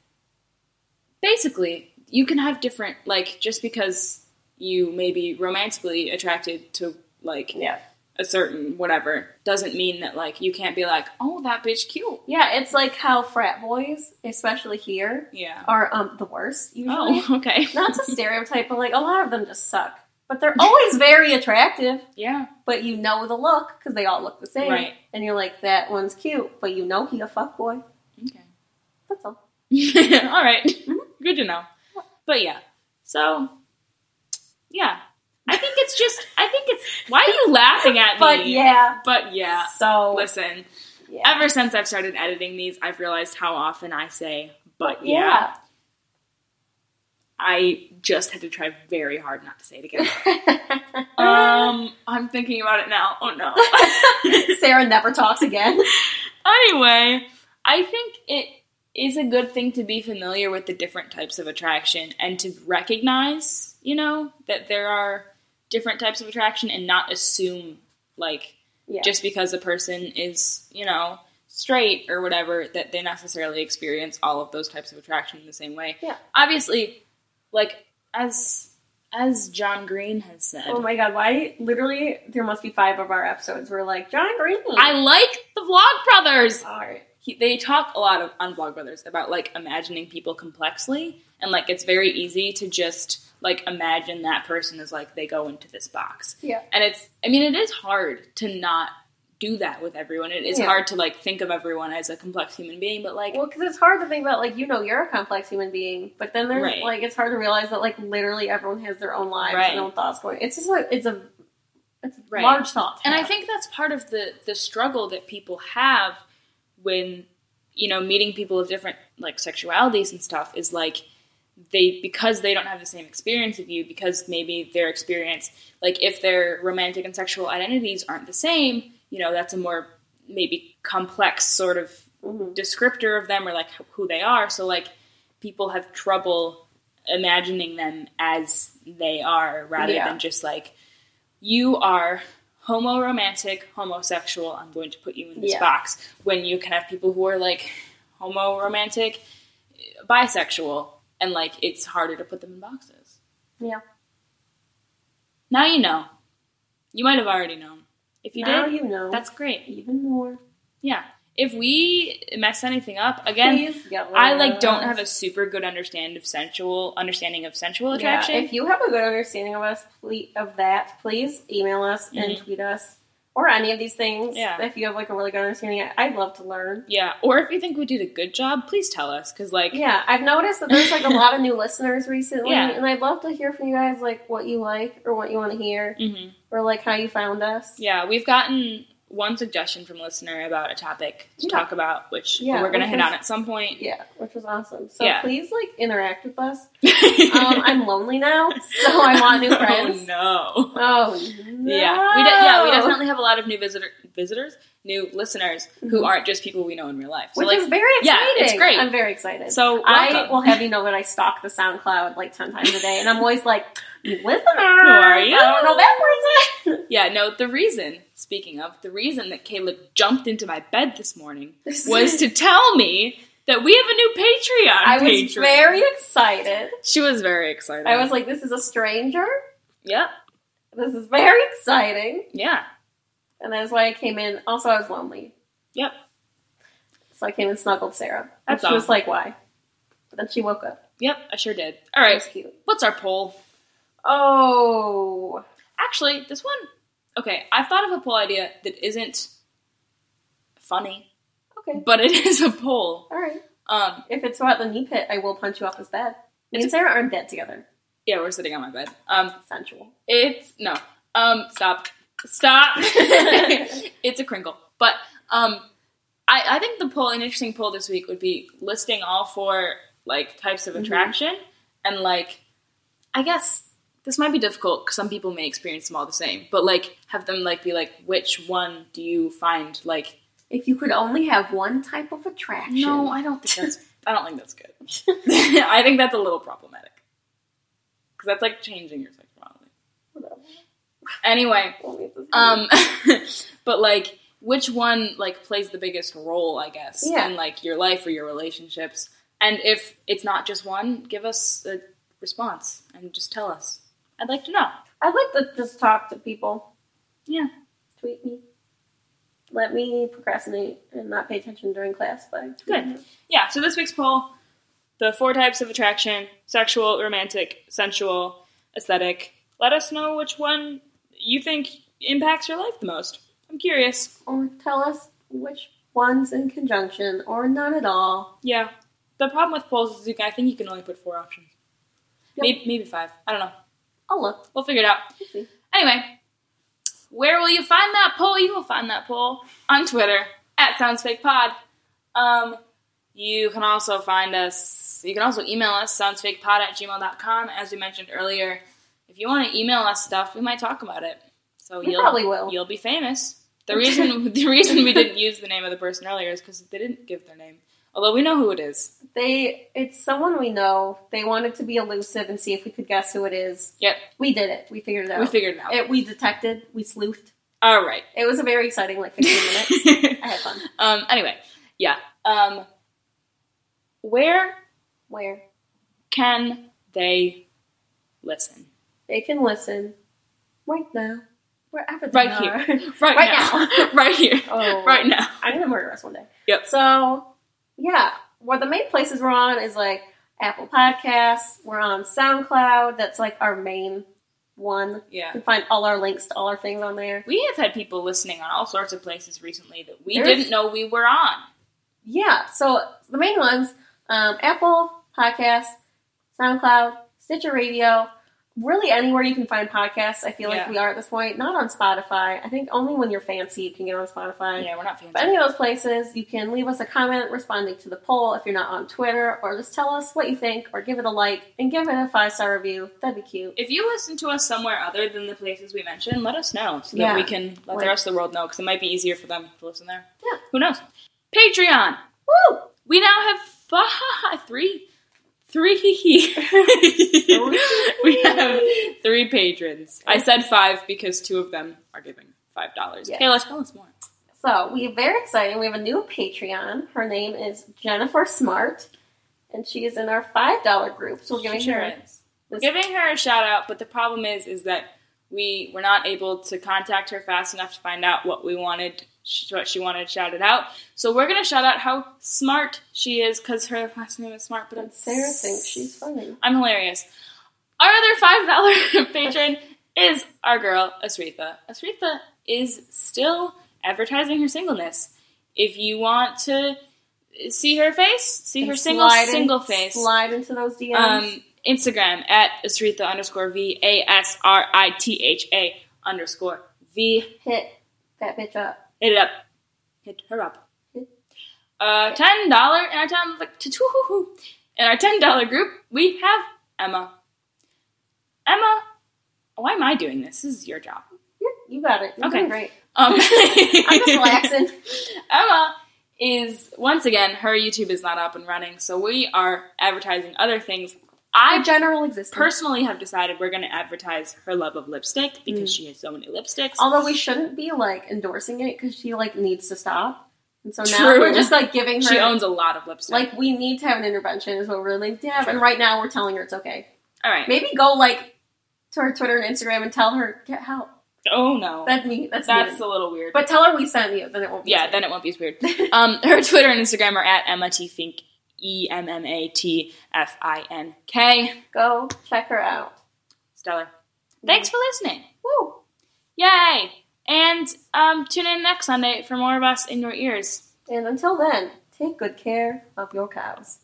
Speaker 1: basically, you can have different like just because you may be romantically attracted to like
Speaker 2: Yeah.
Speaker 1: a certain whatever doesn't mean that like you can't be like oh that bitch cute
Speaker 2: Yeah, it's like how frat boys, especially here,
Speaker 1: yeah
Speaker 2: are um the worst usually.
Speaker 1: oh okay
Speaker 2: Not to stereotype, but like a lot of them just suck. But they're always very attractive.
Speaker 1: yeah
Speaker 2: But you know the look because they all look the same,
Speaker 1: Right.
Speaker 2: and you're like, that one's cute, but you know he a fuck boy.
Speaker 1: okay
Speaker 2: That's all.
Speaker 1: all right.
Speaker 2: Mm-hmm.
Speaker 1: good to know but yeah so yeah i think it's just i think it's why are you laughing at me
Speaker 2: But yeah,
Speaker 1: but yeah
Speaker 2: so
Speaker 1: listen
Speaker 2: yeah.
Speaker 1: ever since i've started editing these i've realized how often i say but yeah,
Speaker 2: Yeah.
Speaker 1: i just had to try very hard not to say it again
Speaker 2: um,
Speaker 1: um i'm thinking about it now oh no
Speaker 2: Sarah never talks again.
Speaker 1: anyway, I think it is a good thing to be familiar with the different types of attraction and to recognize, you know, that there are different types of attraction and not assume like
Speaker 2: Yeah.
Speaker 1: just because a person is, you know, straight or whatever that they necessarily experience all of those types of attraction in the same way.
Speaker 2: Yeah.
Speaker 1: Obviously, like as as John Green has said,
Speaker 2: Oh my god, why? Literally, there must be five of our episodes. We're like, John Green.
Speaker 1: I like the Vlogbrothers.
Speaker 2: Alright.
Speaker 1: He, they talk a lot of, on Vlogbrothers about like imagining people complexly, and like it's very easy to just like imagine that person is like they go into this box,
Speaker 2: Yeah.
Speaker 1: and it's I mean it is hard to not do that with everyone. It is
Speaker 2: Yeah.
Speaker 1: hard to like think of everyone as a complex human being, but like
Speaker 2: Well, because it's hard to think about, like, you know, you're a complex human being, but then there's,
Speaker 1: Right.
Speaker 2: like, it's hard to realize that, like, literally everyone has their own lives
Speaker 1: Right.
Speaker 2: and own thoughts going. It's just like, it's a it's
Speaker 1: Right.
Speaker 2: large thought. to
Speaker 1: and I
Speaker 2: have.
Speaker 1: think that's part of the the struggle that people have when you know meeting people of different like sexualities and stuff is like they because they don't have the same experience with you because maybe their experience like if their romantic and sexual identities aren't the same you know that's a more maybe complex sort of
Speaker 2: Mhm.
Speaker 1: descriptor of them or like who they are so like people have trouble imagining them as they are rather
Speaker 2: Yeah.
Speaker 1: than just like you are homoromantic, homosexual. I'm going to put you in this
Speaker 2: Yeah.
Speaker 1: box. When you can have people who are like homoromantic, bisexual, and like it's harder to put them in boxes.
Speaker 2: Yeah.
Speaker 1: Now you know. You might have already known. If you
Speaker 2: now
Speaker 1: did,
Speaker 2: you know.
Speaker 1: that's great.
Speaker 2: even more.
Speaker 1: Yeah. If we mess anything up again,
Speaker 2: Please get
Speaker 1: I like
Speaker 2: us.
Speaker 1: don't have a super good understand of sensual understanding of sensual
Speaker 2: Yeah,
Speaker 1: attraction.
Speaker 2: if you have a good understanding of us, please, of that, please email us and tweet us or any of these things.
Speaker 1: Mm-hmm. Yeah.
Speaker 2: If you have like a really good understanding, I- I'd love to learn.
Speaker 1: yeah, or if you think we did a good job, please tell us because like
Speaker 2: Yeah, I've noticed that there's like a lot of new listeners recently,
Speaker 1: Yeah.
Speaker 2: and I'd love to hear from you guys like what you like or what you want to hear
Speaker 1: mhm.
Speaker 2: or like how you found us.
Speaker 1: Yeah, we've gotten one suggestion from a listener about a topic to
Speaker 2: Yeah.
Speaker 1: talk about, which
Speaker 2: Yeah,
Speaker 1: we're going to
Speaker 2: which
Speaker 1: hit
Speaker 2: is-
Speaker 1: on at some point.
Speaker 2: Yeah, which was awesome. So
Speaker 1: Yeah.
Speaker 2: please like interact with us. Um, I'm lonely now, so I want new friends.
Speaker 1: Oh no.
Speaker 2: Oh, no.
Speaker 1: Yeah, we de- yeah, we definitely have a lot of new visitor visitors, new listeners who
Speaker 2: Mhm.
Speaker 1: aren't just people we know in real life. So
Speaker 2: Which
Speaker 1: like,
Speaker 2: is very
Speaker 1: yeah,
Speaker 2: exciting.
Speaker 1: it's great.
Speaker 2: I'm very excited.
Speaker 1: so
Speaker 2: I
Speaker 1: welcome.
Speaker 2: will have you know that I stalk the SoundCloud like ten times a day, and I'm always like, "You listener, who
Speaker 1: are you?"
Speaker 2: I don't know that person."
Speaker 1: yeah, no, the reason. Speaking of the reason that Caleb jumped into my bed this morning was to tell me that we have a new Patreon.
Speaker 2: I was
Speaker 1: patron.
Speaker 2: very excited.
Speaker 1: She was very excited.
Speaker 2: I was like, "This is a stranger.
Speaker 1: yep,
Speaker 2: This is very exciting,"
Speaker 1: yeah,
Speaker 2: and that's why I came in. Also, I was lonely,
Speaker 1: yep.
Speaker 2: so I came and snuggled Sarah.
Speaker 1: That's
Speaker 2: and she was
Speaker 1: awesome.
Speaker 2: like, "Why?" But then she woke up.
Speaker 1: Yep, I sure did. All
Speaker 2: It
Speaker 1: right,
Speaker 2: was cute.
Speaker 1: what's our poll?
Speaker 2: Oh,
Speaker 1: Actually, this one. Okay, I've thought of a poll idea that isn't funny,
Speaker 2: okay,
Speaker 1: but it is a poll.
Speaker 2: all right.
Speaker 1: Um,
Speaker 2: If it's about the knee pit, I will punch you off his bed. Me
Speaker 1: It's-
Speaker 2: and Sarah aren't dead together.
Speaker 1: yeah, we're sitting on my bed. Um,
Speaker 2: Sensual.
Speaker 1: it's no. Um, stop, stop. it's a crinkle, but um, I I think the poll, an interesting poll this week would be listing all four like types of
Speaker 2: Mhm.
Speaker 1: attraction and like, I guess. This might be difficult 'cause some people may experience them all the same, but like have them like be like, which one do you find like
Speaker 2: If you could only have one type of attraction.
Speaker 1: No, I don't think that's. I don't think that's good. I think that's a little problematic because that's like changing your sexuality. Anyway, um, but like, which one like plays the biggest role? I guess
Speaker 2: Yeah.
Speaker 1: in like your life or your relationships. And if it's not just one, give us a response and just tell us. I'd like to know.
Speaker 2: I'd like to just talk to people.
Speaker 1: Yeah.
Speaker 2: Tweet me. Let me procrastinate and not pay attention during class. But
Speaker 1: Good. Yeah, so this week's poll the four types of attraction sexual, romantic, sensual, aesthetic. Let us know which one you think impacts your life the most. I'm curious.
Speaker 2: Or tell us which ones in conjunction or none at all.
Speaker 1: Yeah. The problem with polls is you can, I think you can only put four options.
Speaker 2: Yep.
Speaker 1: Maybe, maybe five. I don't know.
Speaker 2: I'll look.
Speaker 1: We'll figure it out.
Speaker 2: We'll see.
Speaker 1: Anyway, where will you find that poll? You will find that poll on Twitter at SoundsFakePod. Um, you can also find us, you can also email us, soundsfakepod at gmail.com. As we mentioned earlier, if you want to email us stuff, we might talk about it. So
Speaker 2: We
Speaker 1: you'll,
Speaker 2: probably will.
Speaker 1: you'll be famous. The reason the reason we didn't use the name of the person earlier is because they didn't give their name. Although we know who it is.
Speaker 2: They, it's someone we know. They wanted to be elusive and see if we could guess who it is.
Speaker 1: Yep.
Speaker 2: We did it. We figured it out.
Speaker 1: We figured it out.
Speaker 2: It- we detected. We sleuthed.
Speaker 1: All right.
Speaker 2: It was a very exciting like 15 minutes. I had fun.
Speaker 1: um, anyway, Yeah. Um, where
Speaker 2: Where
Speaker 1: can they listen?
Speaker 2: they can listen right now, wherever they
Speaker 1: Right
Speaker 2: are.
Speaker 1: Right,
Speaker 2: Right
Speaker 1: now. right here.
Speaker 2: oh,
Speaker 1: Right now.
Speaker 2: I'm gonna murder us one day.
Speaker 1: Yep.
Speaker 2: So yeah, well, the main places we're on is like Apple Podcasts. We're on SoundCloud. That's like our main one. You
Speaker 1: Yeah.
Speaker 2: can find all our links to all our things on there.
Speaker 1: We have had people listening on all sorts of places recently that we
Speaker 2: There's-
Speaker 1: didn't know we were on.
Speaker 2: Yeah. So the main ones: um, Apple Podcasts, SoundCloud, Stitcher Radio. Really, anywhere you can find podcasts. I feel like
Speaker 1: Yeah.
Speaker 2: we are at this point. Not on Spotify. I think only when you're fancy you can get on Spotify.
Speaker 1: Yeah, we're not fancy.
Speaker 2: But any of those places, you can leave us a comment responding to the poll if you're not on Twitter, or just tell us what you think, or give it a like and give it a five star review. That'd be cute.
Speaker 1: if you listen to us somewhere other than the places we mentioned, let us know so that
Speaker 2: Yeah.
Speaker 1: we can let
Speaker 2: Like-
Speaker 1: the rest of the world know because it might be easier for them to listen there.
Speaker 2: Yeah.
Speaker 1: Who knows? Patreon.
Speaker 2: Woo!
Speaker 1: We now have five, three, three. we have three patrons. I said five because two of them are giving five dollars.
Speaker 2: Yeah.
Speaker 1: Kayla, tell us more.
Speaker 2: So we are very excited. We have a new Patreon. Her name is Jennifer Smart, and she is in our five dollar group. So we're giving
Speaker 1: She sure
Speaker 2: her
Speaker 1: is.
Speaker 2: this-
Speaker 1: giving her a shout out, but the problem is, is that we were not able to contact her fast enough to find out what we wanted, sh- what she wanted shouted out. So we're gonna shout out how smart she is because her last name is Smart, but
Speaker 2: and
Speaker 1: it's
Speaker 2: Sarah thinks she's funny.
Speaker 1: I'm hilarious. Our other five dollar patron is our girl Asritha. Asritha is still advertising her singleness. If you want to see her face, see her
Speaker 2: And
Speaker 1: single
Speaker 2: slide in-
Speaker 1: single face
Speaker 2: Slide into those DMs.
Speaker 1: um, Instagram at Asritha underscore V A S R I T H A underscore V.
Speaker 2: Hit that bitch up.
Speaker 1: Hit it up. Hit her up.
Speaker 2: Hit.
Speaker 1: Uh, ten dollar in our time like to in our ten dollar group we have Emma. Emma, why am I doing this? This is your job.
Speaker 2: Yeah, you got it. You're
Speaker 1: Okay.
Speaker 2: doing great.
Speaker 1: Um,
Speaker 2: I'm just relaxing.
Speaker 1: Emma is once again her YouTube is not up and running, so we are advertising other things. I
Speaker 2: I general existence.
Speaker 1: personally have decided we're going to advertise her love of lipstick because she has so many lipsticks.
Speaker 2: Mm. Although we shouldn't be like endorsing it because she like needs to stop. And so now
Speaker 1: True.
Speaker 2: we're just like giving her
Speaker 1: she owns a lot of lipstick.
Speaker 2: like we need to have an intervention is what we're like, yeah, but right now we're telling her it's okay.
Speaker 1: all right.
Speaker 2: Maybe go like to her Twitter and Instagram and tell her get help.
Speaker 1: oh no,
Speaker 2: That's me. That's,
Speaker 1: that's
Speaker 2: me.
Speaker 1: a little weird.
Speaker 2: But tell her we sent you, then it won't be.
Speaker 1: yeah,
Speaker 2: weird.
Speaker 1: then it won't be as weird. um, her Twitter and Instagram are at Emma T Fink, E M M A T F I N K.
Speaker 2: go check her out.
Speaker 1: Stellar. Thanks for listening.
Speaker 2: Woo!
Speaker 1: Yay! And um, tune in next Sunday for more of us in your ears.
Speaker 2: And until then, take good care of your cows.